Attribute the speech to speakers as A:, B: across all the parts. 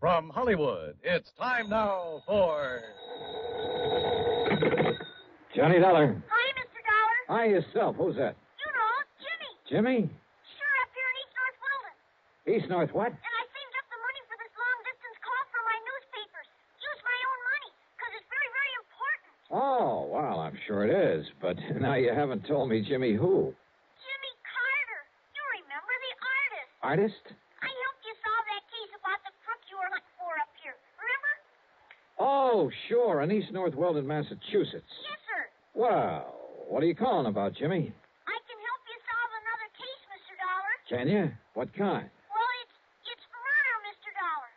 A: From Hollywood, it's time now for.
B: Johnny Dollar.
C: Hi, Mr. Dollar.
B: Hi yourself. Who's that?
C: You know, Jimmy.
B: Jimmy?
C: Sure, up here in East North Weldon.
B: East North what?
C: And I saved up the money for this long distance call for my newspapers. Use my own money, because it's very, very important.
B: Oh, well, I'm sure it is. But now you haven't told me Jimmy who.
C: Jimmy Carter. You remember the artist.
B: Artist?
C: I helped you solve that case about the crook you were looking for up here. Remember?
B: Oh, sure, in East North Weldon, Massachusetts.
C: Yes, sir.
B: Well, what are you calling about, Jimmy?
C: I can help you solve another case, Mr. Dollar.
B: Can you? What kind?
C: Well, it's it's murder, Mr. Dollar.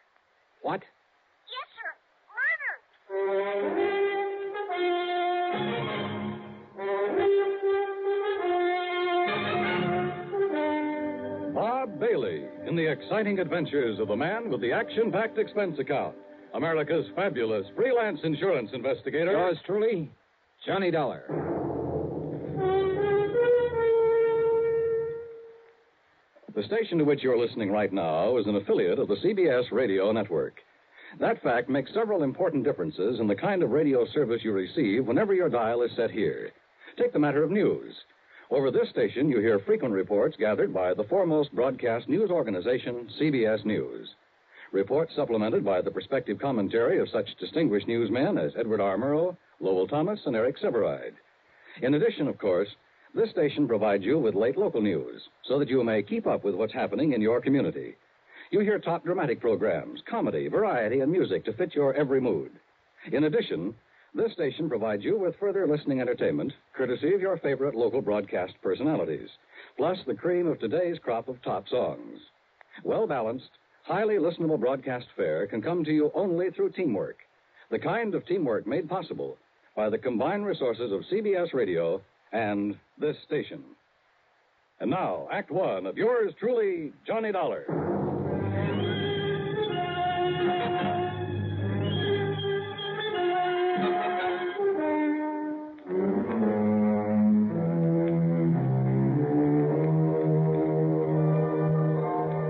B: What?
C: Yes, sir. Murder.
A: Bob Bailey in the exciting adventures of the man with the action packed expense account. America's fabulous freelance insurance investigator.
B: Yours truly, Johnny Dollar.
A: The station to which you're listening right now is an affiliate of the CBS radio network. That fact makes several important differences in the kind of radio service you receive whenever your dial is set here. Take the matter of news. Over this station, you hear frequent reports gathered by the foremost broadcast news organization, CBS News. Reports supplemented by the prospective commentary of such distinguished newsmen as Edward R. Murrow, Lowell Thomas, and Eric Severide. In addition, of course, this station provides you with late local news so that you may keep up with what's happening in your community. You hear top dramatic programs, comedy, variety, and music to fit your every mood. In addition, this station provides you with further listening entertainment courtesy of your favorite local broadcast personalities, plus the cream of today's crop of top songs. Well balanced, highly listenable broadcast fare can come to you only through teamwork. The kind of teamwork made possible by the combined resources of CBS Radio and this station. And now, Act One of yours truly, Johnny Dollar.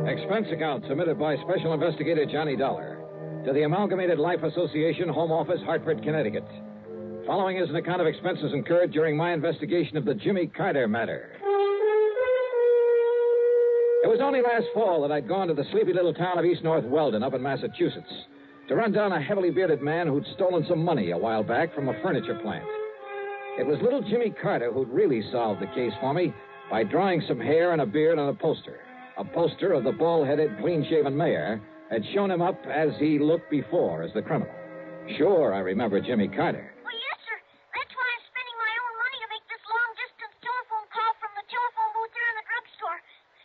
B: Expense account submitted by Special Investigator Johnny Dollar to the Amalgamated Life Association Home Office, Hartford, Connecticut. Following is an account of expenses incurred during my investigation of the Jimmy Carter matter. It was only last fall that I'd gone to the sleepy little town of East North Weldon up in Massachusetts to run down a heavily bearded man who'd stolen some money a while back from a furniture plant. It was little Jimmy Carter who'd really solved the case for me by drawing some hair and a beard on a poster. A poster of the bald headed, clean shaven mayor had shown him up as he looked before as the criminal. Sure, I remember Jimmy Carter.
C: Well, yes, sir. That's why I'm spending my own money to make this long distance telephone call from the telephone booth there in the drugstore.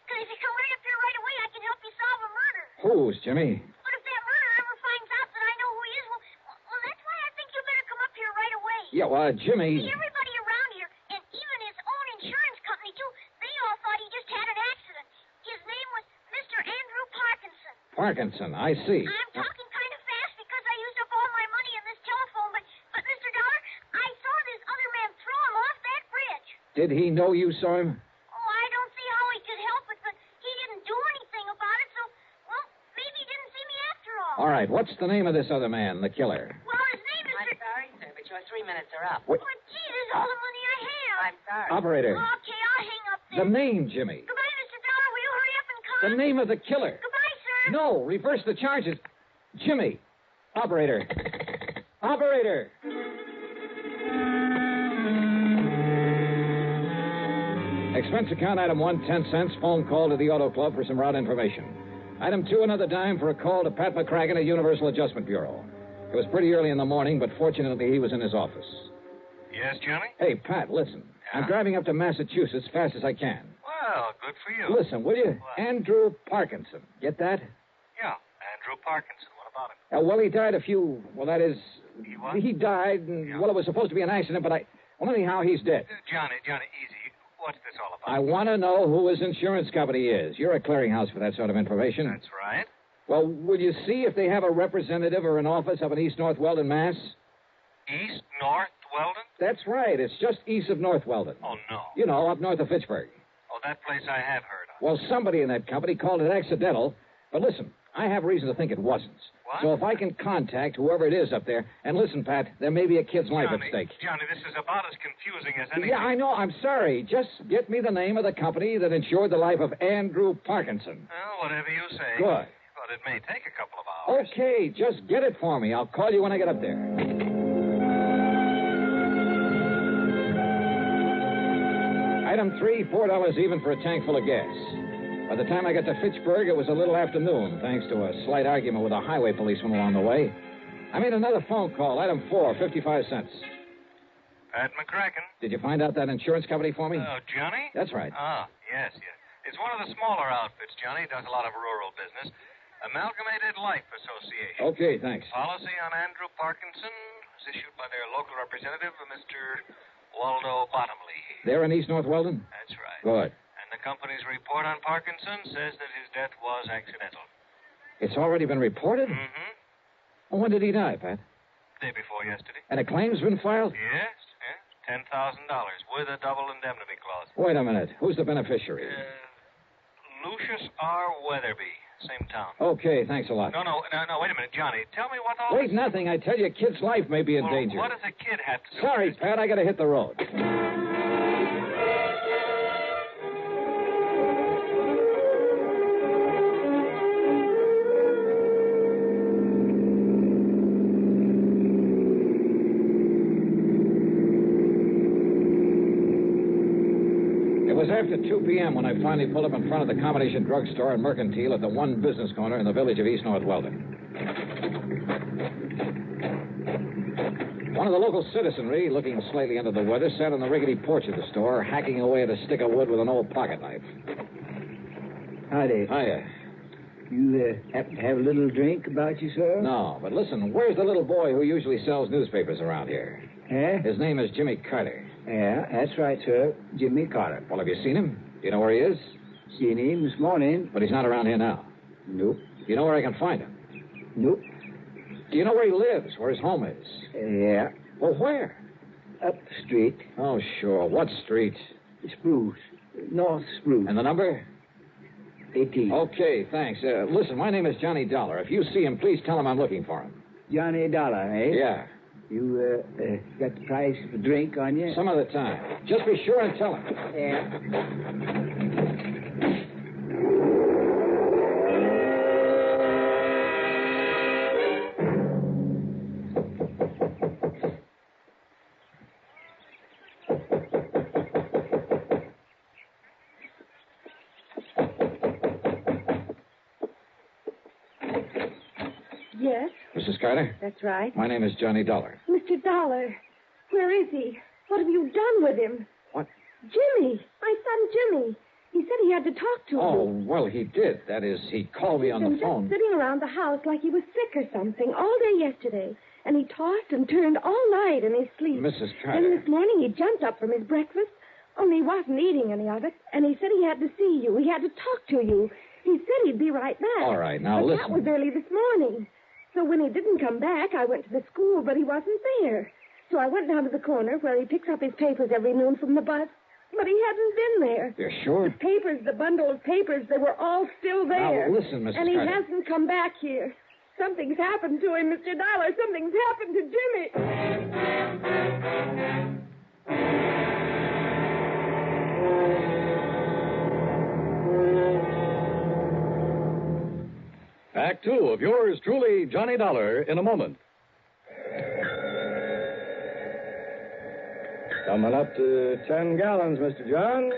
C: Because if you come right up here right away, I can help you solve a murder.
B: Who's Jimmy?
C: But if that murderer ever finds out that I know who he is, well, well that's why I think you better come up here right away.
B: Yeah, well, Jimmy.
C: See, everybody around here, and even his own insurance company, too, they all thought he just had an accident. His name was Mr. Andrew Parkinson.
B: Parkinson, I see.
C: I'm talking kind of fast because I used up all my money in this telephone, but, but Mr. Dollar, I saw this other man throw him off that bridge.
B: Did he know you saw him?
C: Oh, I don't see how he could help it, but he didn't do anything about it, so, well, maybe he didn't see me after all.
B: All right, what's the name of this other man, the killer?
C: Well, his name is...
D: I'm sorry, sir, but your three minutes are up.
C: Oh, gee, this is all the money I have.
D: I'm sorry.
B: Operator.
C: Okay, I'll hang up
B: The
C: then.
B: name, Jimmy.
C: Goodbye, Mr. Dollar. Will you hurry up and come?
B: The name of the killer.
C: Goodbye, sir.
B: No, reverse the charges. Jimmy. Operator. Operator. Expense account item one, ten cents. Phone call to the auto club for some route information. Item two, another dime for a call to Pat McCracken at Universal Adjustment Bureau. It was pretty early in the morning, but fortunately he was in his office.
E: Yes, Johnny?
B: Hey, Pat, listen. I'm driving up to Massachusetts fast as I can.
E: Well, good for you.
B: Listen, will you?
E: What?
B: Andrew Parkinson. Get that?
E: Yeah, Andrew Parkinson. What about him?
B: Uh, well, he died a few. Well, that is,
E: He what?
B: he died, and
E: Yeah.
B: well, it was supposed to be an accident, but I. Well, anyhow, he's dead.
E: Uh, Johnny, Johnny, easy. What's this all
B: I
E: about?
B: want to know who his insurance company is. You're a clearinghouse for that sort of information.
E: That's right.
B: Well, will you see if they have a representative or an office up in East North Weldon, Mass?
E: East, North, Weldon?
B: That's right. It's just east of North Weldon.
E: Oh, no.
B: You know, up north of Fitchburg.
E: Oh, that place I have heard of.
B: Well, somebody in that company called it accidental. But listen, I have reason to think it wasn't.
E: What?
B: So if I can contact whoever it is up there, and listen, Pat, there may be a kid's life
E: Johnny,
B: at stake.
E: Johnny, this is about as confusing as anything.
B: Yeah, I know. I'm sorry. Just get me the name of the company that insured the life of Andrew Parkinson.
E: Well, whatever you say.
B: Good.
E: But it may take a couple of hours.
B: Okay, just get it for me. I'll call you when I get up there. Item three, four dollars even for a tank full of gas. By the time I got to Fitchburg, it was a little afternoon, thanks to a slight argument with a highway policeman along the way. I made another phone call. Item four, fifty-five cents. Oh.
E: Pat McCracken.
B: Did you find out that insurance company for me?
E: Oh, Johnny?
B: That's right.
E: Ah, yes, yes. It's one of the smaller outfits, Johnny. Does a lot of rural business. Amalgamated Life Association.
B: Okay, thanks.
E: Policy on Andrew Parkinson is issued by their local representative, Mr. Waldo Bottomley.
B: There in East North Weldon?
E: That's right.
B: Good.
E: And the company's report on Parkinson says that his death was accidental.
B: It's already been reported?
E: Mm-hmm.
B: When did he die, Pat?
E: Day before yesterday.
B: And a claim's been filed?
E: Yes, yes. Ten thousand dollars with a double indemnity clause.
B: Wait a minute. Who's the beneficiary?
E: Uh, Lucius R. Weatherby, same town.
B: Okay, thanks a lot.
E: No, no, no, no. Wait a minute, Johnny. Tell me what all.
B: Wait, nothing. I tell you, kid's life may be in
E: Well,
B: danger.
E: What does a kid have to do?
B: Sorry,
E: with
B: Pat, I gotta hit the road. It was after 2 p.m. when I finally pulled up in front of the combination drugstore and mercantile at the one business corner in the village of East North Weldon. One of the local citizenry, looking slightly under the weather, sat on the rickety porch of the store, hacking away at a stick of wood with an old pocket knife.
F: Hi there.
B: Hiya.
F: You uh, happen to have a little drink about you, sir?
B: No, but listen, where's the little boy who usually sells newspapers around here?
F: Eh?
B: His name is Jimmy Carter.
F: Yeah, that's right, sir. Jimmy Carter.
B: Well, have you seen him? Do you know where he is?
F: Seen him this morning.
B: But he's not around here now.
F: Nope.
B: Do you know where I can find him?
F: Nope.
B: Do you know where he lives, where his home is?
F: Yeah.
B: Well, where?
F: Up the street.
B: Oh, sure. What street?
F: Spruce. North Spruce.
B: And Oh. the number?
F: 18.
B: Okay, thanks. Uh, listen, my name is Johnny Dollar. If you see him, please tell him I'm looking for him.
F: Johnny Dollar, eh?
B: Yeah,
F: You uh, uh, got the price of a drink on you?
B: some other time. Just be sure and tell him.
F: Yeah.
G: Yes,
B: Mrs. Carter?
G: that's right.
B: My name is Johnny Dollar.
G: Mr. Dollar, where is he? What have you done with him?
B: What?
G: Jimmy, my son Jimmy. He said he had to talk to
B: Oh,
G: you.
B: well, he did. That is, he called me on
G: Been
B: the
G: just
B: phone.
G: sitting around the house like he was sick or something all day yesterday. And he tossed and turned all night in his sleep.
B: Mrs.
G: Then
B: Carter.
G: this morning he jumped up from his breakfast, only he wasn't eating any of it, and he said he had to see you. He had to talk to you. He said he'd be right back.
B: All right, now
G: but That
B: listen.
G: was early this morning. So when he didn't come back, I went to the school, but he wasn't there. So I went down to the corner where he picks up his papers every noon from the bus, but he hadn't been there.
B: You're sure?
G: Papers, the bundle of papers, they were all still there.
B: Now, listen, Mrs.
G: And he
B: Carter.
G: hasn't come back here. Something's happened to him, Mr. Dollar. Something's happened to Jimmy.
A: Act two of yours truly, Johnny Dollar, in a moment.
F: Coming up to 10 gallons, Mr. Johns.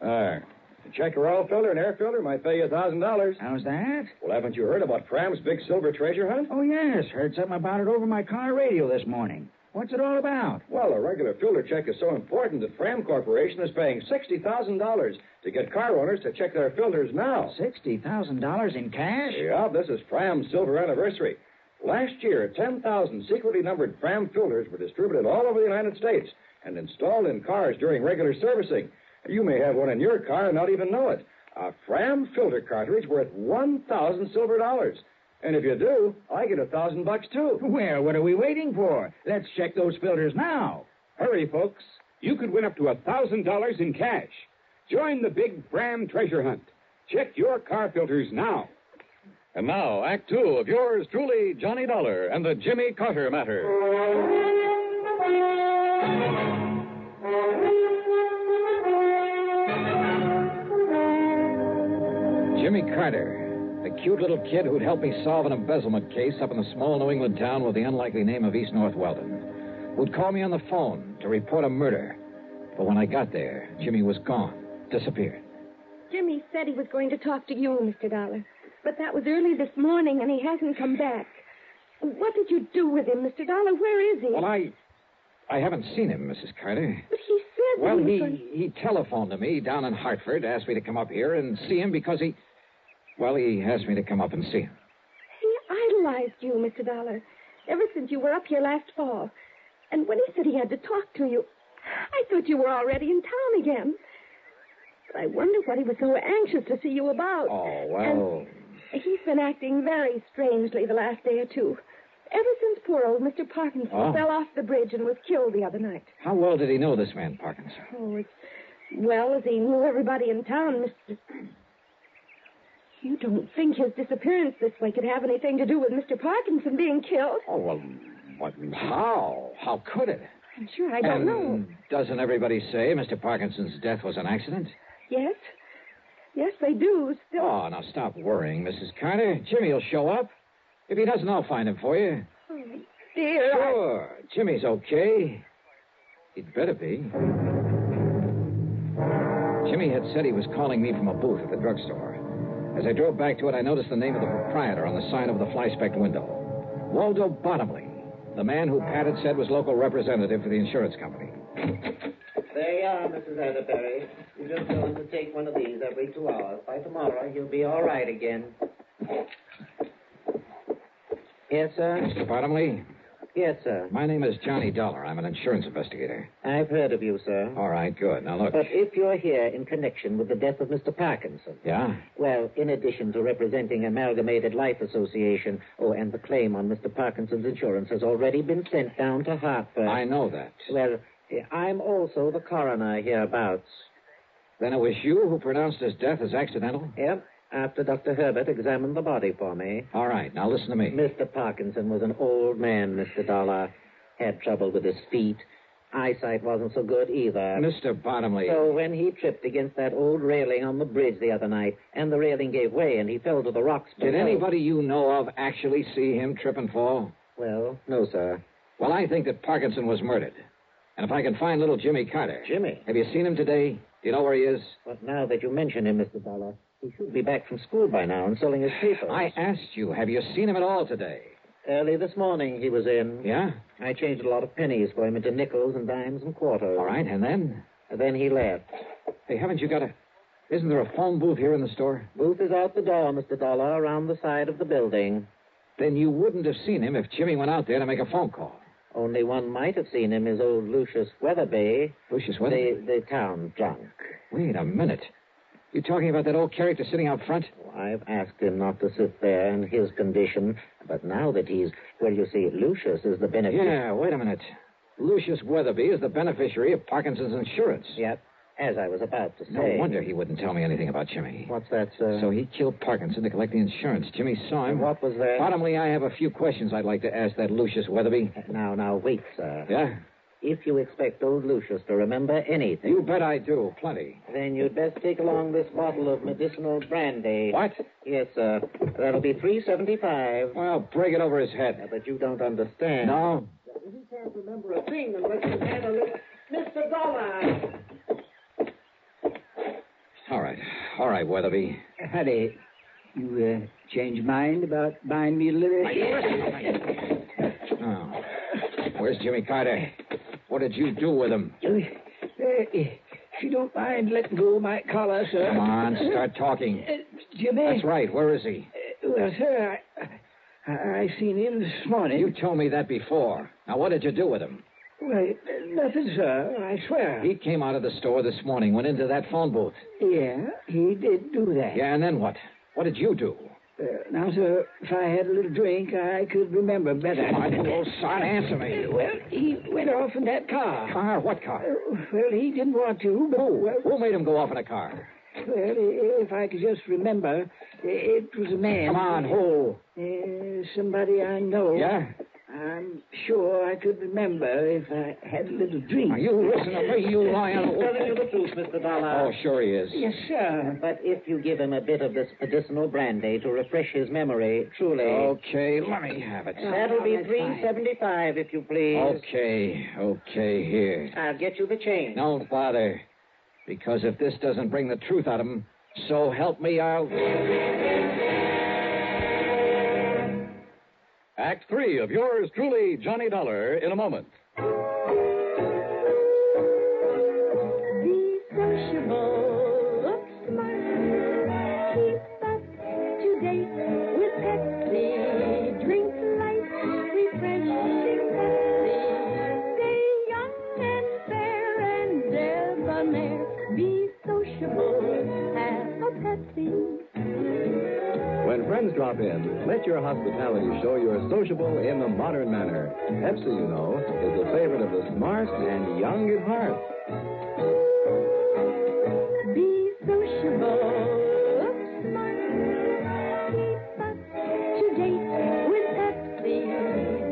A: There.
F: Check your oil filter and air filter might pay you a $1,000.
H: How's that?
A: Well, haven't you heard about Fram's big silver treasure hunt?
H: Oh, yes. Heard something about it over my car radio this morning. What's it all about?
A: Well, a regular filter check is so important that Fram Corporation is paying $60,000 to get car owners to check their filters now.
H: $60,000 in cash?
A: Yeah, this is Fram's silver anniversary. Last year, 10,000 secretly numbered Fram filters were distributed all over the United States and installed in cars during regular servicing. You may have one in your car and not even know it. A Fram filter cartridge worth 1,000 silver dollars. And if you do, I get a thousand bucks too.
H: Well, what are we waiting for? Let's check those filters now.
I: Hurry, folks. You could win up to $1,000 in cash. Join the big Bram treasure hunt. Check your car filters now.
A: And now, Act Two of yours truly, Johnny Dollar and the Jimmy Carter Matter.
B: Jimmy Carter, the cute little kid who'd helped me solve an embezzlement case up in the small New England town with the unlikely name of East North Weldon, who'd call me on the phone to report a murder. But when I got there, Jimmy was gone, disappeared.
G: Jimmy said he was going to talk to you, Mr. Dollar. But that was early this morning, and he hasn't come back. What did you do with him, Mr. Dollar? Where is he?
B: Well, I. I haven't seen him, Mrs. Carter.
G: But he said
B: Well,
G: he was
B: he,
G: going-
B: he telephoned to me down in Hartford, asked me to come up here and see him because he. Well, he asked me to come up and see him.
G: He idolized you, Mr. Dollar, ever since you were up here last fall. And when he said he had to talk to you, I thought you were already in town again. But I wonder what he was so anxious to see you about.
B: Oh, well.
G: And he's been acting very strangely the last day or two. Ever since poor old Mr. Parkinson
B: Oh.
G: fell off the bridge and was killed the other night.
B: How well did he know this man, Parkinson?
G: Oh, as well as he knew everybody in town, Mr. You don't think his disappearance this way could have anything to do with Mr. Parkinson being killed?
B: Oh, well, what, how? How could it?
G: I'm sure I don't
B: and
G: know.
F: Um,
B: Doesn't everybody say Mr. Parkinson's death was an accident?
G: Yes? Yes, they do. Still,
B: Oh, now stop worrying, Mrs. Carter. Jimmy will show up. If he doesn't, I'll find him for you.
G: dear. I-
B: Sure. Jimmy's okay. He'd better be. Jimmy had said he was calling me from a booth at the drugstore. As I drove back to it, I noticed the name of the proprietor on the sign over the fly specked window Waldo Bottomley, the man who Pat had said was local representative for the insurance company.
J: There you are, Mrs. Atterbury. You just go to take one of these every two hours. By tomorrow, you'll be all right again. Yes, sir?
B: Mr. Bottomley,
J: Yes, sir.
B: my name is Johnny Dollar. I'm an insurance investigator.
J: I've heard of you, sir.
B: All right, good. Now look.
J: But if you're here in connection with the death of Mr. Parkinson,
B: Yeah?
J: well, in addition to representing Amalgamated Life Association, oh, and the claim on Mr. Parkinson's insurance has already been sent down to Hartford.
B: I know that.
J: Well, I'm also the coroner hereabouts.
B: Then it was you who pronounced his death as accidental?
J: Yep, after Dr. Herbert examined the body for me.
B: All right, now listen to me.
J: Mr. Parkinson was an old man, Mr. Dollar. Had trouble with his feet. Eyesight wasn't so good either.
B: Mr. Bottomley.
J: So when he tripped against that old railing on the bridge the other night, and the railing gave way and he fell to the rocks.
B: Did
J: below-
B: anybody you know of actually see him trip and fall?
J: Well, no, sir.
B: Well, I think that Parkinson was murdered. And if I can find little Jimmy Carter.
J: Jimmy?
B: Have you seen him today? Do you know where he is?
J: But now that you mention him, Mr. Dollar, he should be back from school by now and selling his papers.
B: I asked you, have you seen him at all today?
J: Early this morning he was in.
B: Yeah?
J: I changed a lot of pennies for him into nickels and dimes and quarters.
B: All right, and then?
J: And then he left.
B: Hey, haven't you got a. Isn't there a phone booth here in the store?
J: Booth is out the door, Mr. Dollar, around the side of the building.
B: Then you wouldn't have seen him if Jimmy went out there to make a phone call.
J: Only one might have seen him is old Lucius Weatherby,
B: Lucius, what?
J: the, the town drunk.
B: Wait a minute. You talking about that old character sitting out front?
J: I've asked him not to sit there in his condition, but now that he's. Well, you see, Lucius is the beneficiary.
B: Yeah, wait a minute. Lucius Weatherby is the beneficiary of Parkinson's insurance.
J: Yep, as I was about to say.
B: No wonder he wouldn't tell me anything about Jimmy.
J: What's that, sir?
B: So he killed Parkinson to collect the insurance. Jimmy saw him.
J: And what was that?
B: Bottomley, I have a few questions I'd like to ask that Lucius Weatherby.
J: Now, now, wait, sir.
B: Yeah?
J: If you expect old Lucius to remember anything,
B: You bet I do. Plenty.
J: then you'd best take along this bottle of medicinal brandy.
B: What?
J: Yes, sir. That'll be three seventy-five.
B: Well, break it over his head.
J: But you don't understand.
B: No?
J: He can't remember a thing unless you handle it. Mr. Dollar!
B: All right. All right, Weatherby.
F: Howdy. You uh, change mind about buying me a little?
B: Oh. Where's Jimmy Carter? What did you do with him?
F: Uh, if you don't mind letting go of my collar, sir.
B: Come on, start talking.
F: Uh, Jimmy.
B: That's right. Where is he?
F: Uh, well, sir, I, I, I seen him this morning.
B: You told me that before. Now, what did you do with him?
F: Well, uh, nothing, sir. I swear.
B: He came out of the store this morning, went into that phone booth.
F: Yeah, he did do that.
B: Yeah, and then what? What did you do?
F: Uh, now, sir, if I had a little drink, I could remember better.
B: My little son, answer me.
F: Uh, Well, he went off in that car.
B: Car? What car?
F: Uh, well, he didn't want to, but
B: Who?
F: well,
B: Who made him go off in a car?
F: Well, i- if I could just remember, i- it was a man.
B: Come on, who?
F: Uh, somebody I know.
B: Yeah?
F: I'm sure I could remember if I had a little drink.
B: Now, you listen to me, you lion.
J: He's telling you the truth, Mr. Dollar.
B: Oh, sure he is.
F: Yes, sir.
J: But if you give him a bit of this medicinal brandy to refresh his memory, truly.
B: Okay, let me have it.
J: That'll be three seventy-five, if you please.
B: Oh, Okay, okay, here.
J: I'll get you the change.
B: Don't bother. Because if this doesn't bring the truth out of him, so help me, I'll.
A: Act three of yours truly, Johnny Dollar, in a moment.
G: Be sociable, look smart, keep up to date with Pepsi. Drink light, refreshing Pepsi. Stay young and fair and debonair. Be sociable, have a Pepsi.
A: When friends drop in, let your hospitality show you're sociable in the modern manner. Pepsi, you know, is the favorite of the smart and young at heart.
G: Be sociable, look smart, keep up to date with Pepsi.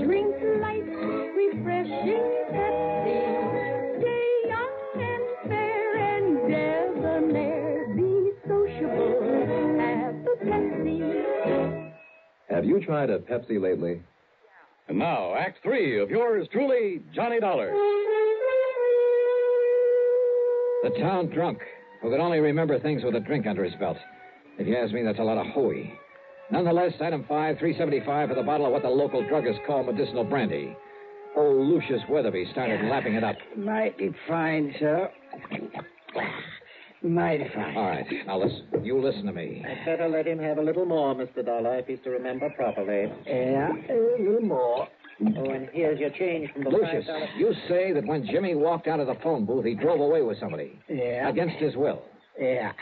G: Drink light, refreshing Pepsi. Stay young and fair and debonair. Be sociable, have a Pepsi.
A: Have you tried a Pepsi lately? And now, Act Three of yours truly, Johnny Dollar.
B: The town drunk, who could only remember things with a drink under his belt. If you ask me, that's a lot of hooey. Nonetheless, item five, three seventy-five for the bottle of what the local druggists call medicinal brandy. Old Lucius Weatherby started lapping it up.
F: Mighty fine, sir. Mighty fine.
B: All right, now listen. You listen to me.
J: I'd better let him have a little more, Mr. Dollar, if he's to remember properly.
F: Yeah, a little more.
J: Oh, and here's your change from the
B: Lucius,
J: $5.
B: you say that when Jimmy walked out of the phone booth, he drove away with somebody
F: Yeah.
B: against his will.
F: Yeah.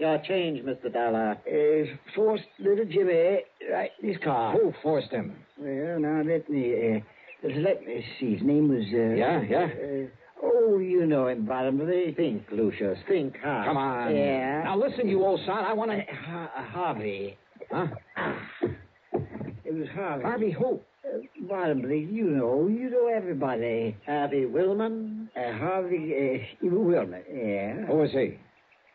J: Your change, Mr. Dollar.
F: Uh, forced little Jimmy right in his car.
B: Who forced him?
F: Well, now let me, uh, let me see. His name was, uh,
B: Yeah, yeah.
F: Uh, oh, you know him, bottom of the
J: Think, Lucius. Think hard.
B: Come on.
F: Yeah. Uh,
B: Now listen, you old son. I want to.
F: Harvey.
B: Huh?
F: It was Harvey.
B: Harvey who?
F: Uh, bottom of the, you know, you know everybody.
J: Harvey Willman?
F: Uh, Harvey, uh, Wilmer. Yeah.
B: Who Oh, is he?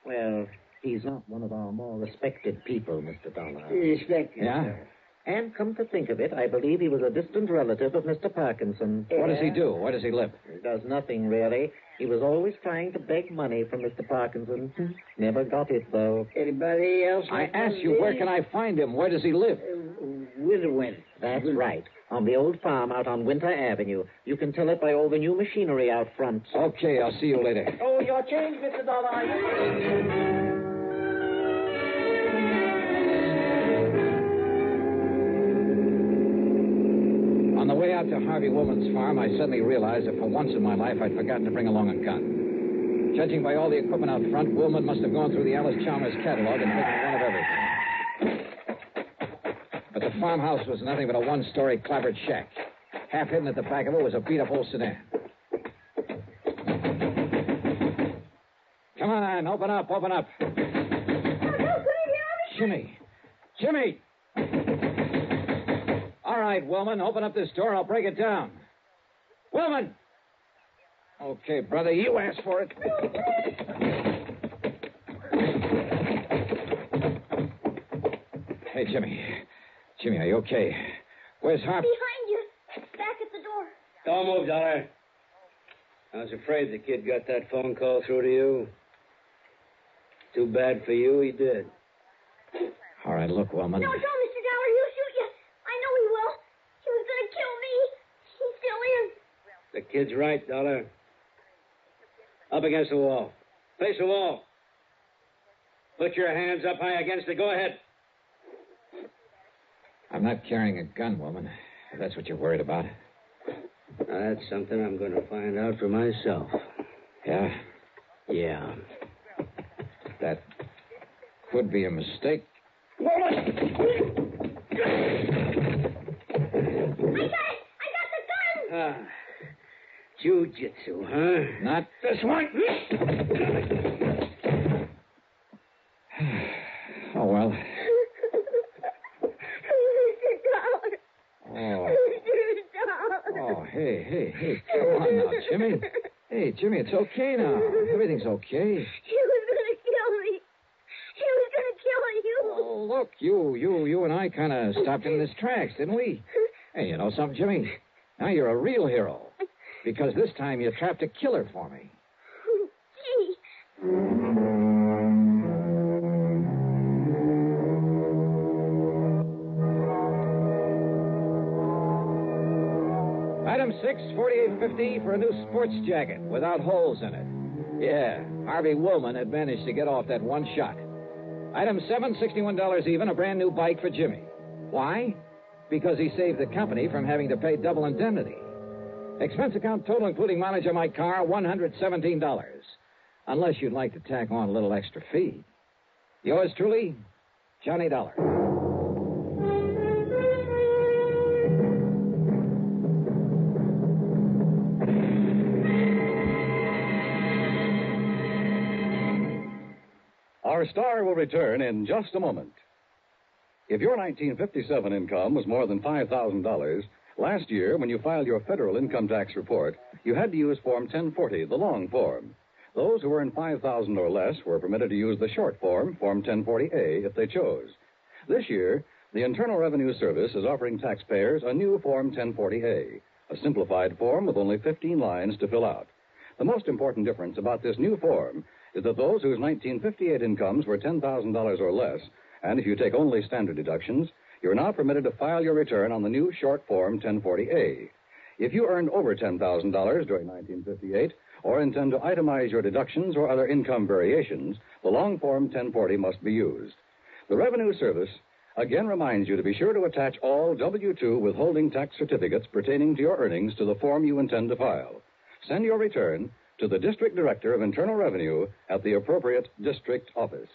J: Well, he's not one of our more respected people, Mr. Dollar.
F: Respect you,
B: Yeah?
F: sir.
J: And come to think of it, I believe he was a distant relative of Mr. Parkinson.
B: What does he do? Where does he live?
J: Does nothing, really. He was always trying to beg money from Mr. Parkinson. Never got it, though.
F: Anybody else?
B: I asked you, where can I find him? Where does he live?
J: uh,
F: Widowin.
J: That's right. On the old farm out on Winter Avenue. You can tell it by all the new machinery out front.
B: Okay, I'll see you later.
J: Oh, your change, Mr. Dollar.
B: On the way out to Harvey Woman's farm, I suddenly realized that for once in my life I'd forgotten to bring along a gun. Judging by all the equipment out front, Woolman must have gone through the Alice Chalmers catalog and taken one of everything. But the farmhouse was nothing but a one story clapboard shack. Half hidden at the back of it was a beat up old sedan. Come on, open up, open up. Jimmy. Jimmy! All right, Wilman, open up this door. I'll break it down. Wilman! Okay, brother, you asked for it. Hey, Jimmy. Jimmy, are you okay? Where's Harvey?
C: Behind you. Back at the door.
I: Don't move, Dollar. I was afraid the kid got that phone call through to you. Too bad for you, he did.
B: All right, look, Wilman.
C: No, don't, Mr. Dollar. He'll shoot you. I know he will. He was going to kill me. He's still in.
I: The kid's right, Dollar. Up against the wall. Face the wall. Put your hands up high against it. Go ahead.
B: I'm not carrying a gun, Wilman. If that's what you're worried about.
I: Now, that's something I'm going to find out for myself.
B: Yeah?
I: Yeah.
B: That could be a mistake.
C: I got it. I got the gun.
I: Ah. Jiu-jitsu, huh?
B: Not this one. Oh, Oh. Oh, hey, hey, hey, come on now, Jimmy. Hey, Jimmy, it's okay now. Everything's okay.
C: He was going to kill me. He was going to kill you.
B: Oh, look, you, you, you and I kind of stopped in this tracks, didn't we? Hey, you know something, Jimmy? Now you're a real hero. Because this time you trapped a killer for me.
C: Gee.
B: Item 6, 4850 for a new sports jacket without holes in it. Yeah, Harvey Woolman had managed to get off that one shot. Item 7, $61 even, a brand new bike for Jimmy. Why? Because he saved the company from having to pay double indemnity. Expense account total, including mileage on my car, $117. Unless you'd like to tack on a little extra fee. Yours truly, Johnny Dollar.
A: Our star will return in just a moment. If your 1957 income was more than $5,000, last year when you filed your federal income tax report, you had to use Form 1040, the long form. Those who earned 5,000 or less were permitted to use the short form, Form 1040A, if they chose. This year, the Internal Revenue Service is offering taxpayers a new Form 1040A, a simplified form with only 15 lines to fill out. The most important difference about this new form is that those whose 1958 incomes were $10,000 or less, and if you take only standard deductions, you're now permitted to file your return on the new short form 1040A. If you earned over $10,000 during 1958 or intend to itemize your deductions or other income variations, the long form 1040 must be used. The Revenue Service again reminds you to be sure to attach all W 2 withholding tax certificates pertaining to your earnings to the form you intend to file. Send your return to the District Director of Internal Revenue at the appropriate district office.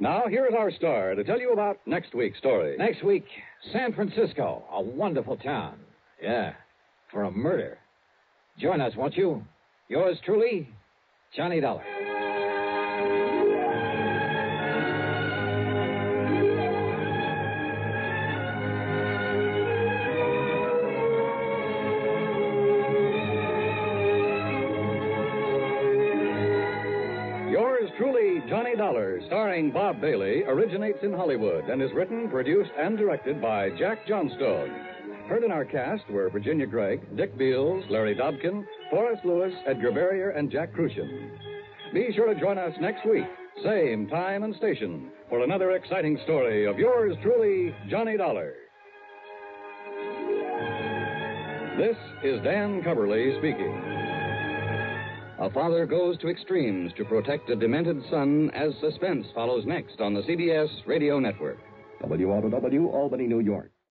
A: Now, here is our star to tell you about next week's story.
B: Next week, San Francisco, a wonderful town. Yeah, for a murder. Join us, won't you? Yours truly, Johnny Dollar.
A: Yours truly, Johnny Dollar, starring Bob Bailey, originates in Hollywood and is written, produced, and directed by Jack Johnstone. Heard in our cast were Virginia Gregg, Dick Beals, Larry Dobkin, Forrest Lewis, Edgar Barrier, and Jack Crucian. Be sure to join us next week, same time and station, for another exciting story of yours truly, Johnny Dollar. This is Dan Coverley speaking.
K: A father goes to extremes to protect a demented son as suspense follows next on the CBS radio network.
L: WRW, Albany, New York.